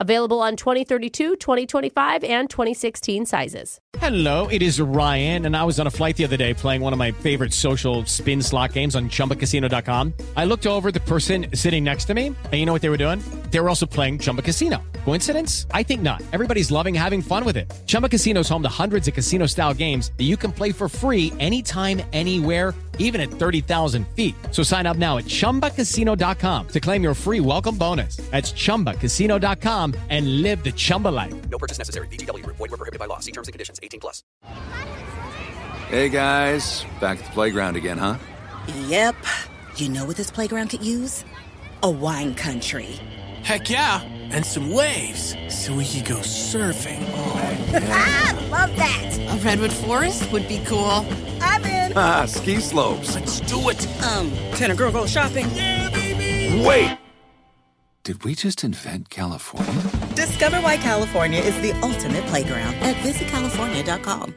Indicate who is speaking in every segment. Speaker 1: Available on 2032, 2025, and 2016 sizes.
Speaker 2: Hello, it is Ryan, and I was on a flight the other day playing one of my favorite social spin slot games on chumbacasino.com. I looked over at the person sitting next to me, and you know what they were doing? They were also playing Chumba Casino. Coincidence? I think not. Everybody's loving having fun with it. Chumba Casino is home to hundreds of casino style games that you can play for free anytime, anywhere even at 30,000 feet. So sign up now at ChumbaCasino.com to claim your free welcome bonus. That's ChumbaCasino.com and live the Chumba life.
Speaker 3: No purchase necessary. VGW Group. Void were prohibited by law. See terms and conditions. 18 plus.
Speaker 4: Hey guys, back at the playground again, huh?
Speaker 5: Yep. You know what this playground could use? A wine country.
Speaker 6: Heck yeah! And some waves so we could go surfing.
Speaker 5: Ah, love that.
Speaker 7: A redwood forest would be cool.
Speaker 5: I'm in.
Speaker 4: Ah, ski slopes.
Speaker 6: Let's do it!
Speaker 5: Um, can a girl go shopping?
Speaker 4: Wait! Did we just invent California?
Speaker 5: Discover why California is the ultimate playground at visitcalifornia.com.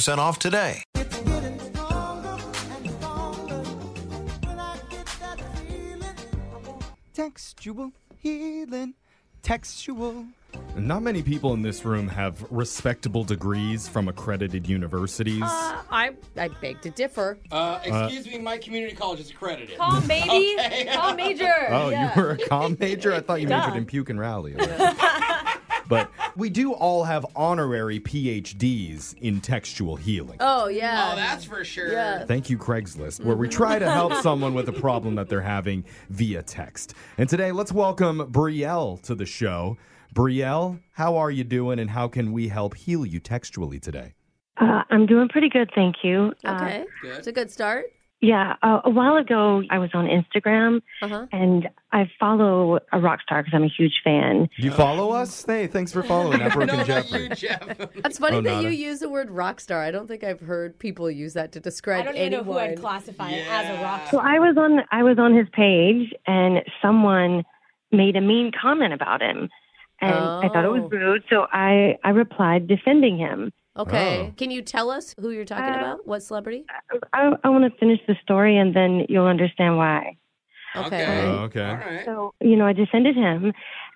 Speaker 8: off today.
Speaker 9: Textual healing. Textual.
Speaker 10: Not many people in this room have respectable degrees from accredited universities.
Speaker 1: I, I beg to differ.
Speaker 11: Uh, excuse me, my community college is accredited.
Speaker 1: Call baby. Call major.
Speaker 10: oh, you were a comm major? I thought you majored in puke and rally. but we do all have honorary PhDs in textual healing.
Speaker 1: Oh, yeah.
Speaker 11: Oh, that's for sure.
Speaker 10: Thank you, Craigslist, where we try to help someone with a problem that they're having via text. And today, let's welcome Brielle to the show. Brielle, how are you doing, and how can we help heal you textually today?
Speaker 12: Uh, I'm doing pretty good, thank you. Uh,
Speaker 1: Okay.
Speaker 11: Good.
Speaker 1: It's a good start.
Speaker 12: yeah, uh, a while ago I was on Instagram,
Speaker 1: Uh-huh.
Speaker 12: and I follow a rock star because I'm a huge fan.
Speaker 10: Do you follow us? Hey, thanks for following at Broken
Speaker 11: No, not
Speaker 10: Jeffrey.
Speaker 11: you, Jeff.
Speaker 1: That's funny
Speaker 10: Oh,
Speaker 1: that
Speaker 10: Nada.
Speaker 1: you use the word rock star. I don't think I've heard people use that to describe
Speaker 7: I don't even
Speaker 1: anyone.
Speaker 7: know who I'd classify as a rock
Speaker 12: So I was on I was on his page, and someone made a mean comment about him, and I thought it
Speaker 1: Oh.
Speaker 12: was rude. So I I replied defending him.
Speaker 1: Okay.
Speaker 10: Oh.
Speaker 1: Can you tell us who you're talking
Speaker 12: Uh,
Speaker 1: about? What celebrity?
Speaker 12: I, I want to finish the story, and then you'll understand why.
Speaker 1: Okay.
Speaker 10: Oh,
Speaker 11: All
Speaker 10: okay.
Speaker 11: right.
Speaker 12: So you know I defended him.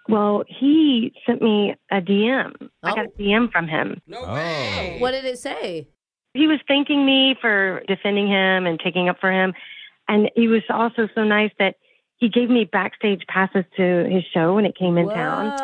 Speaker 12: Well, he sent me a DM. I got a
Speaker 1: Oh.
Speaker 12: DM from him.
Speaker 11: No
Speaker 10: Oh.
Speaker 11: way.
Speaker 1: What did it say?
Speaker 12: he was thanking me for defending him and taking up for him. And he was also so nice that he gave me backstage passes to his show when it came in town.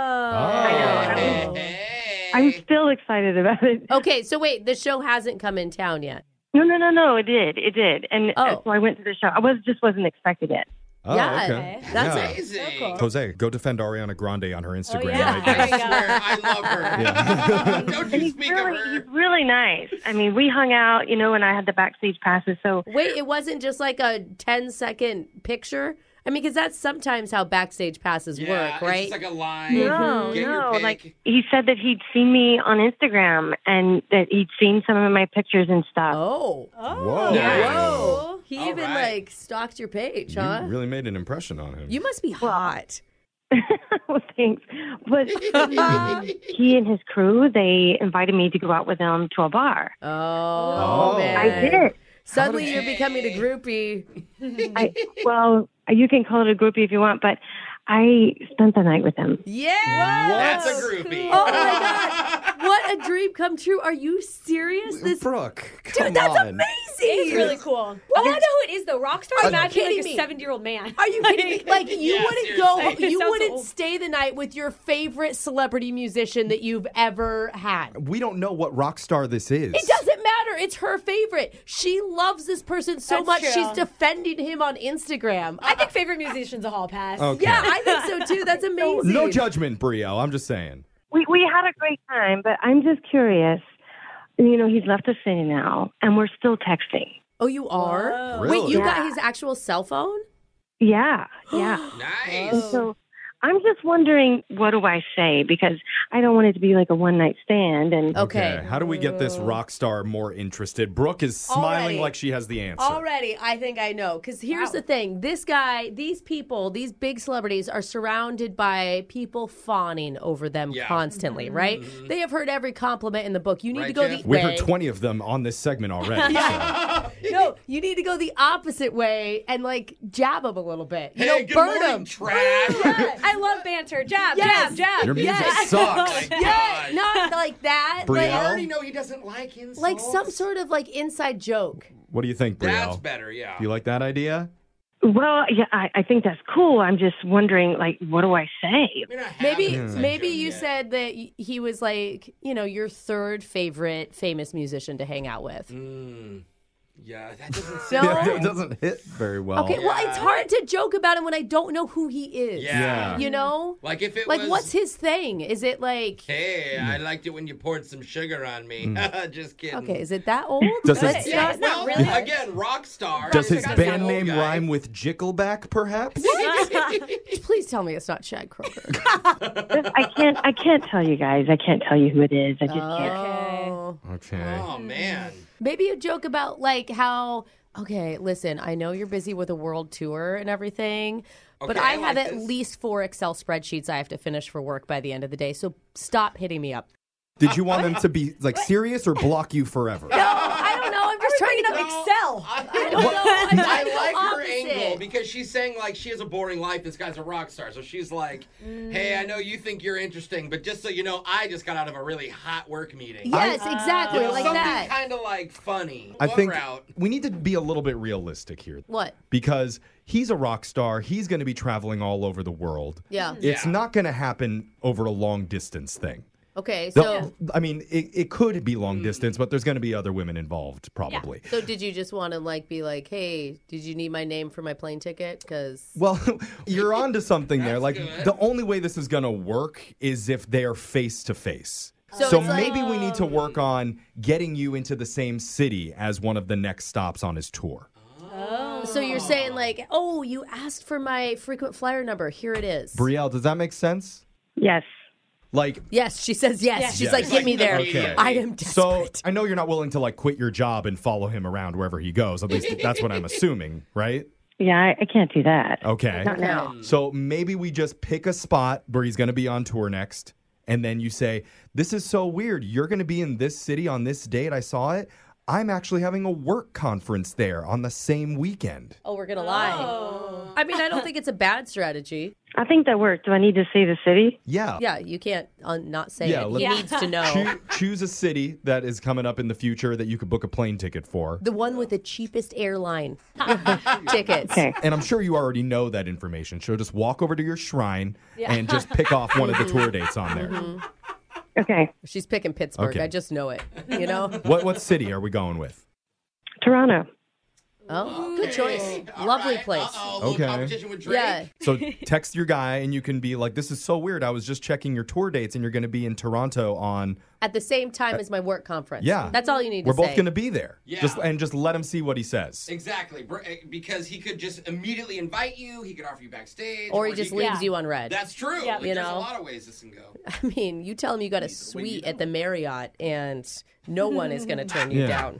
Speaker 12: I
Speaker 1: Whoa.
Speaker 10: Oh.
Speaker 11: Hey.
Speaker 12: I'm still excited about it.
Speaker 1: Okay, so wait, the show hasn't come in town yet.
Speaker 12: No, no, no, no, it did. It did. And uh,
Speaker 1: Oh.
Speaker 12: so I went to the show. I was just wasn't expecting it.
Speaker 10: Oh,
Speaker 1: yeah,
Speaker 10: okay.
Speaker 1: that's
Speaker 10: Yeah.
Speaker 11: amazing.
Speaker 10: Jose, go defend Ariana Grande on her Instagram.
Speaker 1: Oh,
Speaker 7: yeah.
Speaker 10: right now.
Speaker 11: I swear, I love her.
Speaker 10: Yeah.
Speaker 11: Don't
Speaker 12: And
Speaker 11: you
Speaker 12: he's
Speaker 11: speak
Speaker 12: really,
Speaker 11: of her.
Speaker 12: he's really nice. I mean, we hung out, you know, and I had the backstage passes. So
Speaker 1: Wait, it wasn't just like a 10 second picture? I mean, because that's sometimes how backstage passes
Speaker 11: Yeah,
Speaker 1: work, right? Mm-hmm. Oh.
Speaker 11: It's just like a line.
Speaker 12: No,
Speaker 11: Oh, Get your
Speaker 12: no.
Speaker 11: pick.
Speaker 12: Like he said that he'd seen me on Instagram and that he'd seen some of my pictures and stuff.
Speaker 1: oh.
Speaker 10: Whoa.
Speaker 1: Whoa. He
Speaker 11: All
Speaker 1: even
Speaker 11: right.
Speaker 1: like stalked your page,
Speaker 10: You
Speaker 1: huh?
Speaker 10: really made an impression on him.
Speaker 1: You must be hot.
Speaker 12: well, thanks. But um, he and his crew, they invited me to go out with them to a bar.
Speaker 1: Oh,
Speaker 10: Oh.
Speaker 1: man.
Speaker 12: I did.
Speaker 1: Suddenly you're becoming a groupie.
Speaker 12: I well, you can call it a groupie if you want, but I spent the night with him.
Speaker 1: Yeah.
Speaker 11: That's a groupie.
Speaker 1: Oh my god. What a dream come true. Are you serious? This
Speaker 13: Brooke,
Speaker 1: Dude,
Speaker 13: come
Speaker 1: that's
Speaker 13: on.
Speaker 1: amazing.
Speaker 7: It's really cool. I want to know who it is though. Rockstar.
Speaker 1: Are you
Speaker 7: Imagine
Speaker 1: kidding
Speaker 7: like
Speaker 1: me?
Speaker 7: a seventy-year-old man.
Speaker 1: Are you kidding me? Like you
Speaker 7: Yeah,
Speaker 1: wouldn't
Speaker 7: seriously.
Speaker 1: go
Speaker 7: It
Speaker 1: you
Speaker 7: sounds
Speaker 1: wouldn't
Speaker 7: old.
Speaker 1: stay the night with your favorite celebrity musician that you've ever had.
Speaker 13: We don't know what rock star this is.
Speaker 1: It doesn't matter. It's her favorite. She loves this person so
Speaker 7: That's
Speaker 1: much.
Speaker 7: true.
Speaker 1: She's defending him on Instagram.
Speaker 7: I think favorite musician's a hall pass.
Speaker 10: Okay.
Speaker 1: Yeah, I think so too. That's amazing.
Speaker 10: No judgment, Brio. I'm just saying.
Speaker 12: We we had a great time, but I'm just curious. You know, he's left the city now, and we're still texting.
Speaker 1: Oh, you are? Wait,
Speaker 12: Really?
Speaker 1: you
Speaker 12: Yeah.
Speaker 1: got his actual cell phone?
Speaker 12: Yeah, yeah.
Speaker 11: nice.
Speaker 12: And so I'm just wondering, what do I say? Because I don't want it to be like a one night stand. And
Speaker 10: How do we get this rock star more interested? Brooke is smiling
Speaker 1: Already.
Speaker 10: like she has the answer.
Speaker 1: Already, I think I know. Because here's the thing this guy, these people, these big celebrities are surrounded by people fawning over them constantly,
Speaker 7: Mm-hmm.
Speaker 1: right? They have heard every compliment in the book. You need to go the
Speaker 10: We
Speaker 1: way.
Speaker 10: heard 20 of them on this segment already.
Speaker 1: no, you need to go the opposite way and like jab them a little bit. You
Speaker 11: Hey,
Speaker 1: know,
Speaker 11: good
Speaker 1: burn
Speaker 11: morning,
Speaker 1: them.
Speaker 11: trash.
Speaker 7: I love banter. Jab,
Speaker 1: Yes.
Speaker 7: jab, jab.
Speaker 10: Your music
Speaker 1: Yes.
Speaker 10: sucks.
Speaker 1: Yeah, not like that.
Speaker 10: Brielle?
Speaker 1: Like,
Speaker 10: I already
Speaker 11: know he doesn't like insults.
Speaker 1: Like some sort of like inside joke.
Speaker 10: What do you think, Brio?
Speaker 11: That's better, yeah.
Speaker 10: You like that idea?
Speaker 12: Well, yeah, I, I think that's cool. I'm just wondering, like, what do I say?
Speaker 1: Maybe
Speaker 10: Yeah.
Speaker 1: maybe you said that y- he was like, you know, your third favorite famous musician to hang out with.
Speaker 11: Mm. Yeah, that doesn't
Speaker 1: No.
Speaker 10: Yeah, it doesn't hit very well.
Speaker 1: Okay, well, it's hard to joke about him when I don't know who he is.
Speaker 11: Yeah.
Speaker 1: You know?
Speaker 11: Like if it
Speaker 1: Like
Speaker 11: was-
Speaker 1: what's his thing? Is it like
Speaker 11: Hey, I
Speaker 10: Mm.
Speaker 11: liked it when you poured some sugar on me. Just kidding.
Speaker 1: Okay, is it that old?
Speaker 10: Does it-
Speaker 1: That's
Speaker 11: Yeah,
Speaker 1: not-
Speaker 11: well,
Speaker 1: really-
Speaker 11: again, rock star. Oh,
Speaker 10: Does
Speaker 11: I
Speaker 10: his
Speaker 11: think
Speaker 10: band
Speaker 11: I'm
Speaker 10: name
Speaker 11: old guy.
Speaker 10: rhyme with Jickleback, perhaps?
Speaker 1: Please tell me it's not Chad Kroger.
Speaker 12: I can't. I can't tell you guys. I can't tell you who it is. I just can't.
Speaker 1: Oh.
Speaker 10: okay.
Speaker 11: Oh man.
Speaker 1: Maybe a joke about like how okay, listen, I know you're busy with a world tour and everything, but
Speaker 11: Okay,
Speaker 1: I,
Speaker 11: I
Speaker 1: have
Speaker 11: like
Speaker 1: at
Speaker 11: this.
Speaker 1: least four Excel spreadsheets I have to finish for work by the end of the day. So stop hitting me up.
Speaker 10: Did you want them to be like serious or block you forever?
Speaker 1: No, I don't know. I'm just trying to
Speaker 7: Excel.
Speaker 11: I
Speaker 1: don't know. I'm
Speaker 11: I
Speaker 1: the
Speaker 11: like her
Speaker 1: opposite.
Speaker 11: angle because she's saying like she has a boring life. This guy's a rock star, so she's like,
Speaker 1: Mm.
Speaker 11: "Hey, I know you think you're interesting, but just so you know, I just got out of a really hot work meeting."
Speaker 1: Yes, exactly,
Speaker 11: You know,
Speaker 1: like
Speaker 11: something
Speaker 1: that.
Speaker 11: kind of like funny.
Speaker 10: I
Speaker 11: What
Speaker 10: think
Speaker 11: route?
Speaker 10: we need to be a little bit realistic here.
Speaker 1: What?
Speaker 10: Because he's a rock star. He's going to be traveling all over the world.
Speaker 1: Yeah.
Speaker 10: It's not going to happen over a long distance thing.
Speaker 1: Okay,
Speaker 10: The-
Speaker 1: so
Speaker 10: I mean, it, it could be long distance, but there's going to be other women involved, probably.
Speaker 1: so did you just want to like be like, "Hey, did you need my name for my plane ticket?" Cuz
Speaker 10: Well, you're onto something there. Like, the only way this is going to work is if they are face to face.
Speaker 1: So
Speaker 10: So
Speaker 1: it's like-
Speaker 10: maybe we need to work on getting you into the same city as one of the next stops on his tour.
Speaker 11: Oh.
Speaker 1: So you're saying like, "Oh, you asked for my frequent flyer number. Here it is."
Speaker 10: Brielle, does that make sense?
Speaker 12: Yes.
Speaker 10: Like,
Speaker 1: yes, she says yes. She's
Speaker 10: Yes.
Speaker 1: like, "Get me there.
Speaker 10: Okay.
Speaker 1: I am desperate."
Speaker 10: so I know you're not willing to like quit your job and follow him around wherever he goes. At least that's what I'm assuming, right?
Speaker 12: Yeah, I, I can't do that.
Speaker 10: Okay.
Speaker 12: Not now.
Speaker 10: So maybe we just pick a spot where he's going to be on tour next. And then you say, This is so weird. You're going to be in this city on this date. I saw it. I'm actually having a work conference there on the same weekend.
Speaker 1: Oh, we're gonna lie. Oh. I mean, I don't think it's a bad strategy.
Speaker 12: I think that worked. Do I need to say the city?
Speaker 10: Yeah.
Speaker 1: Yeah, you can't un- not say
Speaker 10: Yeah,
Speaker 1: it.
Speaker 10: let-
Speaker 1: He
Speaker 10: Yeah.
Speaker 1: needs to know.
Speaker 10: Choo- choose a city that is coming up in the future that you could book a plane ticket for.
Speaker 1: the one with the cheapest airline tickets.
Speaker 12: Okay.
Speaker 10: And I'm sure you already know that information. So just walk over to your shrine and just pick off one of
Speaker 1: Mm-hmm.
Speaker 10: the tour dates on there.
Speaker 12: Okay.
Speaker 1: She's picking Pittsburgh.
Speaker 10: Okay.
Speaker 1: I just know it. You know?
Speaker 10: What what city are we going with?
Speaker 12: Toronto.
Speaker 1: Oh, good choice. Lovely place.
Speaker 11: Uh-oh, little
Speaker 10: Okay.
Speaker 11: competition with Drake.
Speaker 1: Yeah.
Speaker 10: So text your guy and you can be like, "This is so weird. I was just checking your tour dates, and you're going to be in Toronto on.
Speaker 1: At the same time as my work conference.
Speaker 10: Yeah,
Speaker 1: That's all you need
Speaker 10: We're
Speaker 1: to
Speaker 10: both
Speaker 1: say.
Speaker 10: going to be there.
Speaker 11: Yeah.
Speaker 10: Just and just let him see what he says.
Speaker 11: Exactly, br- eh, because he could just immediately invite you. He could offer you backstage,
Speaker 1: or he just leaves you on red.
Speaker 11: That's true.
Speaker 7: Yeah.
Speaker 11: Like,
Speaker 1: You
Speaker 11: there's
Speaker 1: know?
Speaker 11: a lot of ways this can go.
Speaker 1: I mean, you tell him you got a suite at the Marriott and no one is going to turn you
Speaker 10: Yeah.
Speaker 1: down.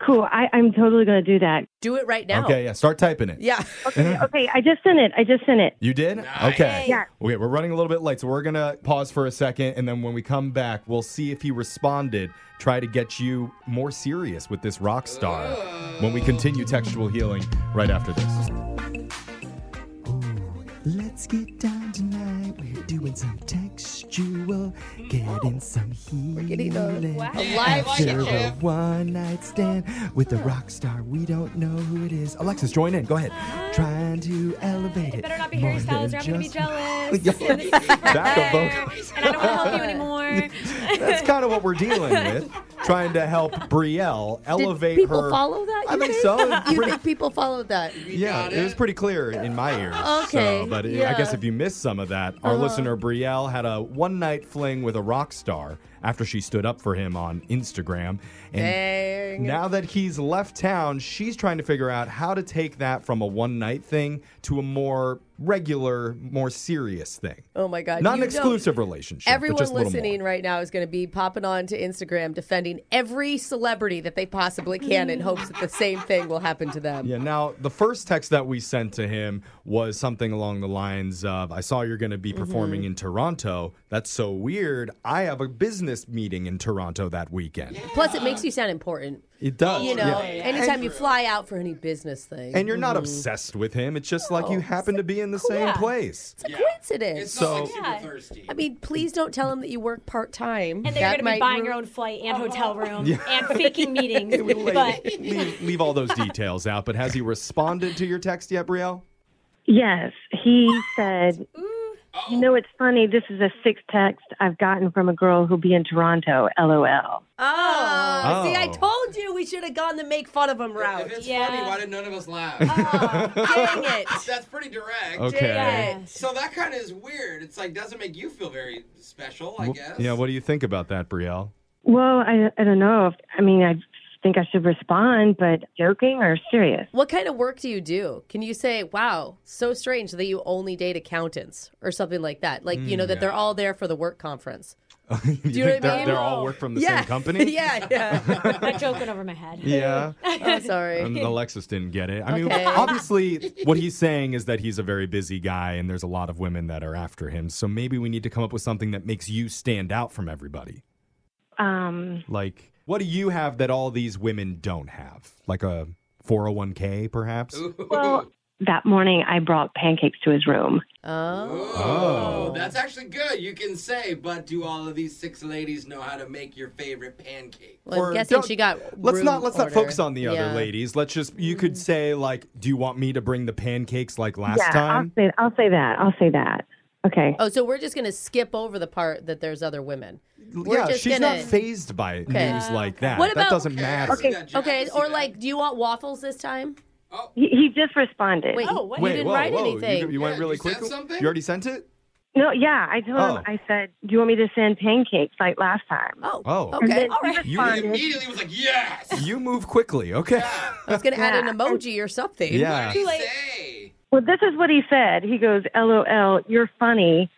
Speaker 12: Cool. I, I'm totally going to do that.
Speaker 1: Do it right now.
Speaker 10: Okay, yeah. Start typing it.
Speaker 1: Yeah.
Speaker 12: Okay. I just sent it. I just sent it.
Speaker 10: You did? Okay.
Speaker 12: Yeah.
Speaker 10: Okay, we're running a little bit late, so we're going to pause for a second. And then when we come back, we'll see if he responded. Try to get you more serious with this rock star when we continue textual healing right after this.
Speaker 9: Let's get down. some textual, getting some healing.
Speaker 14: Wow.
Speaker 9: After
Speaker 14: Yeah, I like it,
Speaker 9: a
Speaker 14: Jeff.
Speaker 9: one night stand with a rock star, we don't know who it is. Alexis, join in. Go ahead. Trying to elevate it.
Speaker 7: Better not be Harry
Speaker 9: more
Speaker 7: Styles, or
Speaker 9: than
Speaker 7: I'm gonna be
Speaker 9: just-
Speaker 7: jealous.
Speaker 9: Yeah.
Speaker 7: And this is for
Speaker 10: Back up,
Speaker 7: her,
Speaker 10: folks.
Speaker 7: And I don't want to help you anymore.
Speaker 10: That's kind of what we're dealing with, trying to help Brielle elevate
Speaker 1: people
Speaker 10: her.
Speaker 1: follow that?
Speaker 10: I
Speaker 1: you
Speaker 10: think so. It's
Speaker 1: you
Speaker 10: pretty-
Speaker 1: think people follow that?
Speaker 10: Yeah, it was pretty clear in my ears.
Speaker 1: Okay,
Speaker 10: So, but it- I
Speaker 1: yeah.
Speaker 10: guess if you missed some of that, our
Speaker 1: Uh-huh.
Speaker 10: listener Brielle had a one night fling with a rock star after she stood up for him on Instagram.
Speaker 1: Dang.
Speaker 10: now that he's left town, she's trying to figure out how to take that from a one night thing to a more regular, more serious thing.
Speaker 1: Oh my God!
Speaker 10: Not
Speaker 1: you
Speaker 10: an
Speaker 1: know-
Speaker 10: exclusive relationship.
Speaker 1: Everyone
Speaker 10: but just a little more.
Speaker 1: listening right now is going to be popping on to Instagram defending every celebrity that they possibly can in hopes that the same thing will happen to them.
Speaker 10: Yeah, now the first text that we sent to him was something along the lines of I saw you're going to be
Speaker 1: Mm-hmm.
Speaker 10: performing in Toronto. That's so weird. I have a business meeting in Toronto that weekend.
Speaker 1: Plus, it makes you sound important.
Speaker 10: It does.
Speaker 1: you know,
Speaker 10: yeah.
Speaker 1: anytime you fly out for any business thing,
Speaker 10: And you're not
Speaker 1: Mhm.
Speaker 10: obsessed with him. It's just like you happen to be in the same
Speaker 1: Oh. Yeah.
Speaker 10: place.
Speaker 1: It's a coincidence.
Speaker 10: It's not like So-
Speaker 7: super
Speaker 1: thirsty. I mean, please don't tell him that you work part time.
Speaker 7: And then you're gonna be buying your own flight and hotel room
Speaker 10: Yeah.
Speaker 7: and faking meetings. but
Speaker 10: leave, leave all those details out. But has he responded to your text yet, Brielle?
Speaker 12: Yes, he said, You know, it's funny. This is a sixth text I've gotten from a girl who'll be in Toronto, LOL.
Speaker 1: Oh,
Speaker 12: Oh.
Speaker 1: see, I told you we should have gone the make fun of him route.
Speaker 11: It's funny. Why did none of us laugh?
Speaker 1: Uh-huh. dang it.
Speaker 11: That's pretty direct.
Speaker 10: Okay. Dang
Speaker 11: So that kind of is weird. It's like doesn't make you feel very special, I
Speaker 10: Wh-
Speaker 11: guess.
Speaker 10: Yeah, what do you think about that, Brielle?
Speaker 12: Well, I, I don't know. If, I mean, I think I should respond, but joking or serious?
Speaker 1: What kind of work do you do? Can you say, wow, so strange that you only date accountants or something like that? Like, you know, that
Speaker 10: Mm.
Speaker 1: they're all there for the work conference.
Speaker 10: Do
Speaker 1: know
Speaker 10: you think
Speaker 1: what I
Speaker 10: they're,
Speaker 1: mean?
Speaker 10: they're all work from the
Speaker 1: yeah.
Speaker 10: same company?
Speaker 1: yeah, yeah.
Speaker 7: my joke went over my head.
Speaker 10: Yeah.
Speaker 1: I'm sorry.
Speaker 10: And Alexis didn't get it. I mean,
Speaker 1: Okay.
Speaker 10: obviously, what he's saying is that he's a very busy guy and there's a lot of women that are after him. So maybe we need to come up with something that makes you stand out from everybody.
Speaker 12: Um,
Speaker 10: Like, what do you have that all these women don't have? Like a 401k, perhaps?
Speaker 12: well, that morning I brought pancakes to his room.
Speaker 11: Oh, that's actually good. You can say, but do all of these six ladies know how to make your favorite pancake?
Speaker 1: Well, I'm
Speaker 10: Or
Speaker 1: guessing
Speaker 10: don't-
Speaker 1: she got.
Speaker 10: Let's
Speaker 1: room
Speaker 10: not let's
Speaker 1: order.
Speaker 10: not focus on the other
Speaker 1: Yeah. Mm.
Speaker 10: ladies. Let's just you could say like, do you want me to bring the pancakes like last
Speaker 12: yeah,
Speaker 10: time?
Speaker 12: I'll say, I'll say that. I'll say that. Okay.
Speaker 1: Oh, so we're just gonna skip over the part that there's other women. We're
Speaker 10: yeah,
Speaker 1: just
Speaker 10: she's
Speaker 1: gonna...
Speaker 10: not phased by
Speaker 1: Okay.
Speaker 10: news like that.
Speaker 1: What
Speaker 10: that
Speaker 1: about-
Speaker 10: doesn't matter.
Speaker 1: Okay, okay, or like, do you want waffles this time?
Speaker 7: Oh.
Speaker 12: He, he just responded.
Speaker 1: Wait, you didn't
Speaker 10: Oh, whoa,
Speaker 1: write
Speaker 10: whoa, you-
Speaker 1: anything.
Speaker 10: You, went really quick. You already sent it?
Speaker 12: No, yeah, I told
Speaker 10: Oh.
Speaker 12: him. I said, "Do you want me to send pancakes like last time?"
Speaker 1: Oh,
Speaker 10: Oh.
Speaker 12: And then
Speaker 1: All
Speaker 12: he
Speaker 1: right.
Speaker 10: You-
Speaker 12: responded,
Speaker 11: Immediately was like, yeah.
Speaker 1: Oh.
Speaker 10: You move quickly, okay?
Speaker 1: I was gonna add
Speaker 12: Yeah.
Speaker 1: an emoji or something.
Speaker 10: Yeah. Too
Speaker 12: "Well, this is what he said." He goes, "LOL, you're funny.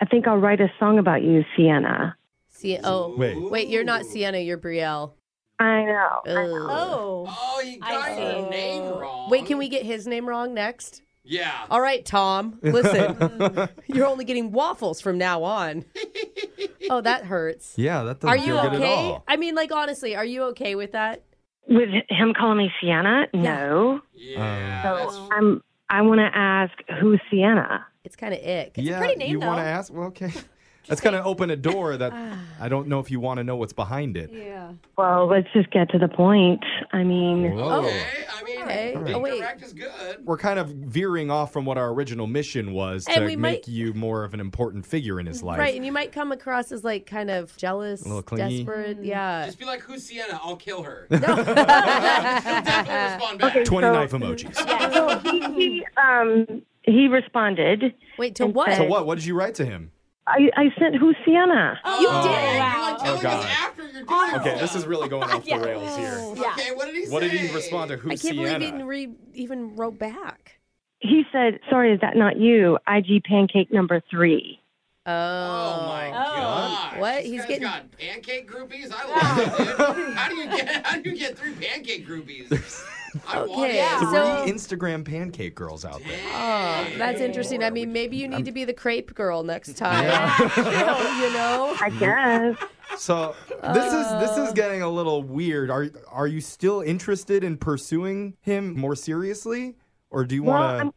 Speaker 12: I think I'll write a song about you, Sienna."
Speaker 1: See, oh,
Speaker 12: Wait.
Speaker 1: wait. you're not Sienna, you're Brielle.
Speaker 12: I know.
Speaker 1: Oh.
Speaker 11: Oh, you got your name wrong.
Speaker 1: Wait, can we get his name wrong next?
Speaker 11: Yeah.
Speaker 1: All right, Tom. Listen, you're only getting waffles from now on. Oh, that hurts.
Speaker 10: Yeah, that doesn't
Speaker 1: Are you
Speaker 10: feel good at
Speaker 1: okay?
Speaker 10: all.
Speaker 1: I mean, like honestly, are you okay with that?
Speaker 12: With him calling me Sienna, no.
Speaker 10: Yeah.
Speaker 12: so I'm. I want to ask who's Sienna.
Speaker 1: It's kind of ick. It's
Speaker 10: yeah,
Speaker 1: a pretty name
Speaker 10: you
Speaker 1: though. Ah.
Speaker 10: want to ask? Well, okay. That's going to open a door that I don't know if you want to know what's behind it.
Speaker 1: Yeah.
Speaker 12: Well, let's just get to the point. I mean,
Speaker 10: Whoa.
Speaker 1: Oh.
Speaker 11: I mean,
Speaker 1: okay.
Speaker 10: All right.
Speaker 1: Oh wait.
Speaker 11: Direct is good.
Speaker 10: We're kind of veering off from what our original mission was
Speaker 1: And
Speaker 10: to
Speaker 1: we
Speaker 10: make
Speaker 1: might-
Speaker 10: you more of an important figure in his life.
Speaker 1: Right, and you might come across as like kind of jealous,
Speaker 10: A little clingy.
Speaker 1: desperate. Yeah.
Speaker 11: Just be like, who's Sienna? I'll kill her.
Speaker 12: okay.
Speaker 10: 20
Speaker 12: so-
Speaker 10: knife emojis.
Speaker 12: so he, he, um, he responded.
Speaker 1: Wait,
Speaker 12: and
Speaker 10: So
Speaker 12: said,
Speaker 10: what? What did you write to him?
Speaker 12: I, I sent who's Sienna.
Speaker 1: You
Speaker 10: Oh.
Speaker 1: did.
Speaker 10: Oh, God. Okay, this is really going off the
Speaker 1: Yeah.
Speaker 10: rails here.
Speaker 1: Yeah.
Speaker 11: Okay, what did he
Speaker 10: What did he respond to? Who's
Speaker 1: I can't believe he
Speaker 10: Sienna?
Speaker 1: didn't re- even wrote back.
Speaker 12: He said, "Sorry, is that not you?" IG pancake number three.
Speaker 1: Oh, my
Speaker 11: God.
Speaker 1: What?
Speaker 11: This
Speaker 1: He's
Speaker 11: guy's
Speaker 1: getting
Speaker 11: got pancake groupies. I love it. dude. How do you get? How do you get three pancake groupies? I want
Speaker 1: Okay,
Speaker 11: it.
Speaker 1: Yeah.
Speaker 10: Three
Speaker 1: so-
Speaker 10: Instagram pancake girls out there.
Speaker 1: Oh, that's interesting. I mean, maybe you need to be the crepe girl next time. you know?
Speaker 12: I guess.
Speaker 10: So this is this is getting a little weird. Are are you still interested in pursuing him more seriously, or do you
Speaker 12: Well,
Speaker 10: want
Speaker 12: I'm-
Speaker 10: to?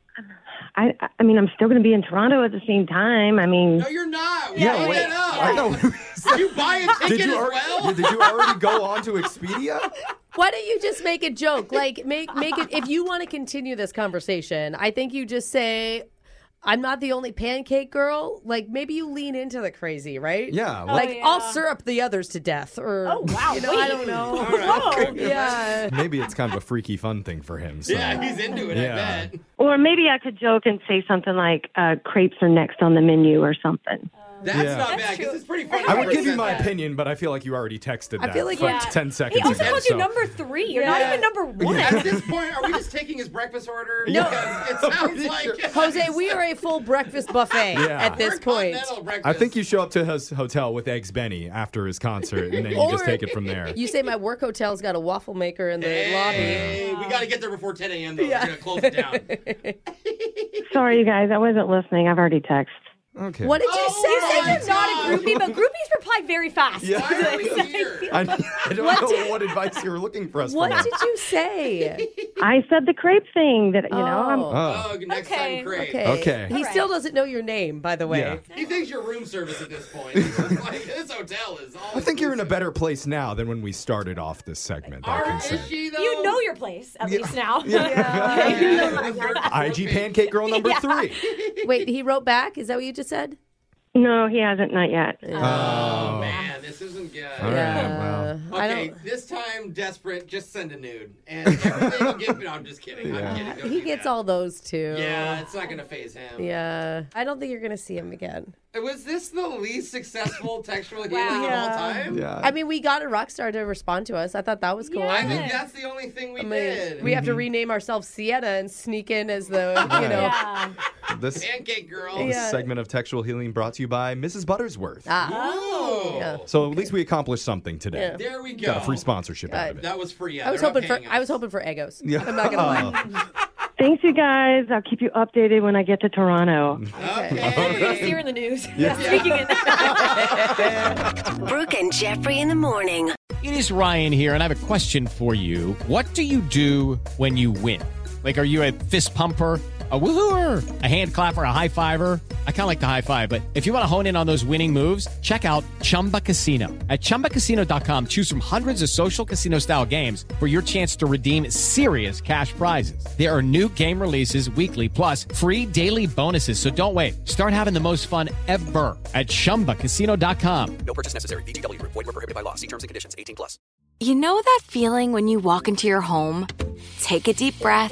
Speaker 12: I, I mean, I'm still going to be in Toronto at the same time. I mean,
Speaker 11: no, you're not.
Speaker 12: Yeah,
Speaker 11: yeah,
Speaker 12: wait.
Speaker 11: it up.
Speaker 12: I
Speaker 11: Did you buy a ticket
Speaker 10: Did you,
Speaker 11: as
Speaker 10: already,
Speaker 11: well?
Speaker 10: did you already go on to Expedia?
Speaker 1: Why don't you just make a joke? Like make make it if you want to continue this conversation, I think you just say I'm not the only pancake girl. Like maybe you lean into the crazy, right?
Speaker 10: Yeah, well-
Speaker 1: like
Speaker 10: Oh,
Speaker 1: I'll syrup the others to death or Oh wow. You know, I don't know. yeah.
Speaker 10: Maybe it's kind of a freaky fun thing for him. So.
Speaker 11: Yeah, he's into it, I bet.
Speaker 12: or maybe I could joke and say something like uh, crepes are next on the menu or something.
Speaker 11: That's
Speaker 10: Yeah.
Speaker 11: not bad. 'cause It's pretty funny.
Speaker 10: I
Speaker 11: when
Speaker 10: would
Speaker 11: you
Speaker 10: give you
Speaker 11: said
Speaker 10: my
Speaker 11: that.
Speaker 10: opinion, but I feel like you already texted that
Speaker 11: I feel like
Speaker 10: for
Speaker 11: yeah.
Speaker 10: 10 seconds
Speaker 7: He also
Speaker 10: ago.
Speaker 7: called you
Speaker 10: so-
Speaker 7: number three. You're not
Speaker 11: Yeah.
Speaker 7: even number one.
Speaker 11: At this point, are we just taking his breakfast order?
Speaker 1: No.
Speaker 11: Because it sounds like
Speaker 1: Jose, we are a full breakfast buffet
Speaker 10: Yeah.
Speaker 1: at this point.
Speaker 10: I think you show up to his hotel with Eggs Benny after his concert, and then you just
Speaker 1: Or
Speaker 10: take it from there.
Speaker 1: You say my work hotel's got a waffle maker in the
Speaker 11: Hey,
Speaker 1: lobby.
Speaker 11: we got to get there before 10 a.m. Though. We're gonna close it down.
Speaker 12: Sorry, you guys, I wasn't listening. I've already texted.
Speaker 10: Okay.
Speaker 7: What
Speaker 1: did
Speaker 7: you say? You said you're not a groupie, but groupies reply very fast.
Speaker 10: Yeah. Why are we I, I don't
Speaker 12: What
Speaker 10: know
Speaker 12: did-
Speaker 10: what advice you were looking for us
Speaker 1: What
Speaker 10: from him.
Speaker 1: did you say?
Speaker 12: I said the crepe thing that you know. I'm,
Speaker 10: Oh.
Speaker 11: next time, great.
Speaker 1: Oh, Okay.
Speaker 10: Okay.
Speaker 1: He still doesn't know your name, by the way.
Speaker 10: Yeah.
Speaker 11: He thinks you're room service at this point. He's just like, this hotel is all.
Speaker 10: I think you're in a better place now than when we started off this segment. I can say.
Speaker 7: You know your place, at least now.
Speaker 10: IG Pancake Girl number three.
Speaker 1: Wait, he wrote back? Is that what you just said?
Speaker 12: no, he hasn't. Not yet.
Speaker 10: Oh.
Speaker 11: Man, this isn't good.
Speaker 10: All right, Yeah.
Speaker 1: well. I
Speaker 11: Okay, this time, desperate, just send a nude. And everything will get. No, I'm just kidding. I'm kidding. Don't
Speaker 1: He
Speaker 11: do
Speaker 1: gets
Speaker 11: that.
Speaker 1: all those too.
Speaker 11: Yeah, it's not going to phase him. Uh,
Speaker 1: Yeah. I don't think you're going to see him again.
Speaker 11: Was this the least successful textual healing of all
Speaker 1: Yeah.
Speaker 11: time?
Speaker 1: I mean, we got a rock star to respond to us. I thought that was cool.
Speaker 11: Oh. I think that's Mhm. the only thing we
Speaker 1: I mean,
Speaker 11: did.
Speaker 1: we have to rename ourselves Sienna and sneak in as the, you know.
Speaker 10: This,
Speaker 11: Pancake girl.
Speaker 10: this
Speaker 1: Yeah.
Speaker 10: segment of Textual Healing brought to you by Mrs. Buttersworth.
Speaker 1: Ah. Yeah.
Speaker 10: So at least we accomplished something today.
Speaker 1: Yeah. There we
Speaker 10: Got a
Speaker 1: go.
Speaker 10: free sponsorship out of it.
Speaker 11: That was free. Yeah,
Speaker 1: I was
Speaker 11: they're
Speaker 1: hoping
Speaker 11: not
Speaker 1: for
Speaker 11: paying
Speaker 1: I was hoping for Egos.
Speaker 10: Yeah.
Speaker 1: I'm not gonna
Speaker 11: Oh.
Speaker 1: lie.
Speaker 12: Thanks, you guys. I'll keep you updated when I get to Toronto.
Speaker 7: See her in the news.
Speaker 12: Yeah.
Speaker 7: Speaking in
Speaker 14: Brooke and Jeffrey in the morning.
Speaker 2: It is Ryan here, and I have a question for you. What do you do when you win? Like, are you a fist pumper? A woohooer, a hand clapper, a high fiver. I kind of like the high five, but if you want to hone in on those winning moves, check out Chumba Casino. At chumbacasino.com, choose from hundreds of social casino style games for your chance to redeem serious cash prizes. There are new game releases weekly, plus free daily bonuses. So don't wait. Start having the most fun ever at chumbacasino.com.
Speaker 3: No purchase necessary. VGW Group. Void were prohibited by law. See terms and conditions. 18 plus.
Speaker 15: You know that feeling when you walk into your home, take a deep breath,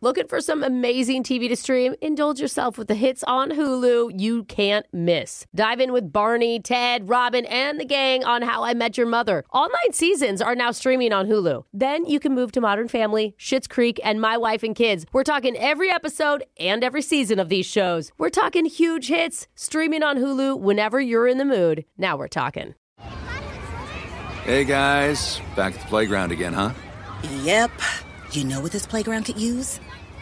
Speaker 1: Looking for some amazing TV to stream? Indulge yourself with the hits on Hulu you can't miss. Dive in with Barney, Ted, Robin, and the gang on How I Met Your Mother. All nine seasons are now streaming on Hulu. Then you can move to Modern Family, Schitt's Creek, and My Wife and Kids. We're talking every episode and every season of these shows. We're talking huge hits, streaming on Hulu whenever you're in the mood. Now we're talking.
Speaker 4: Hey guys, back at the playground again, huh?
Speaker 5: Yep. You know what this playground could use?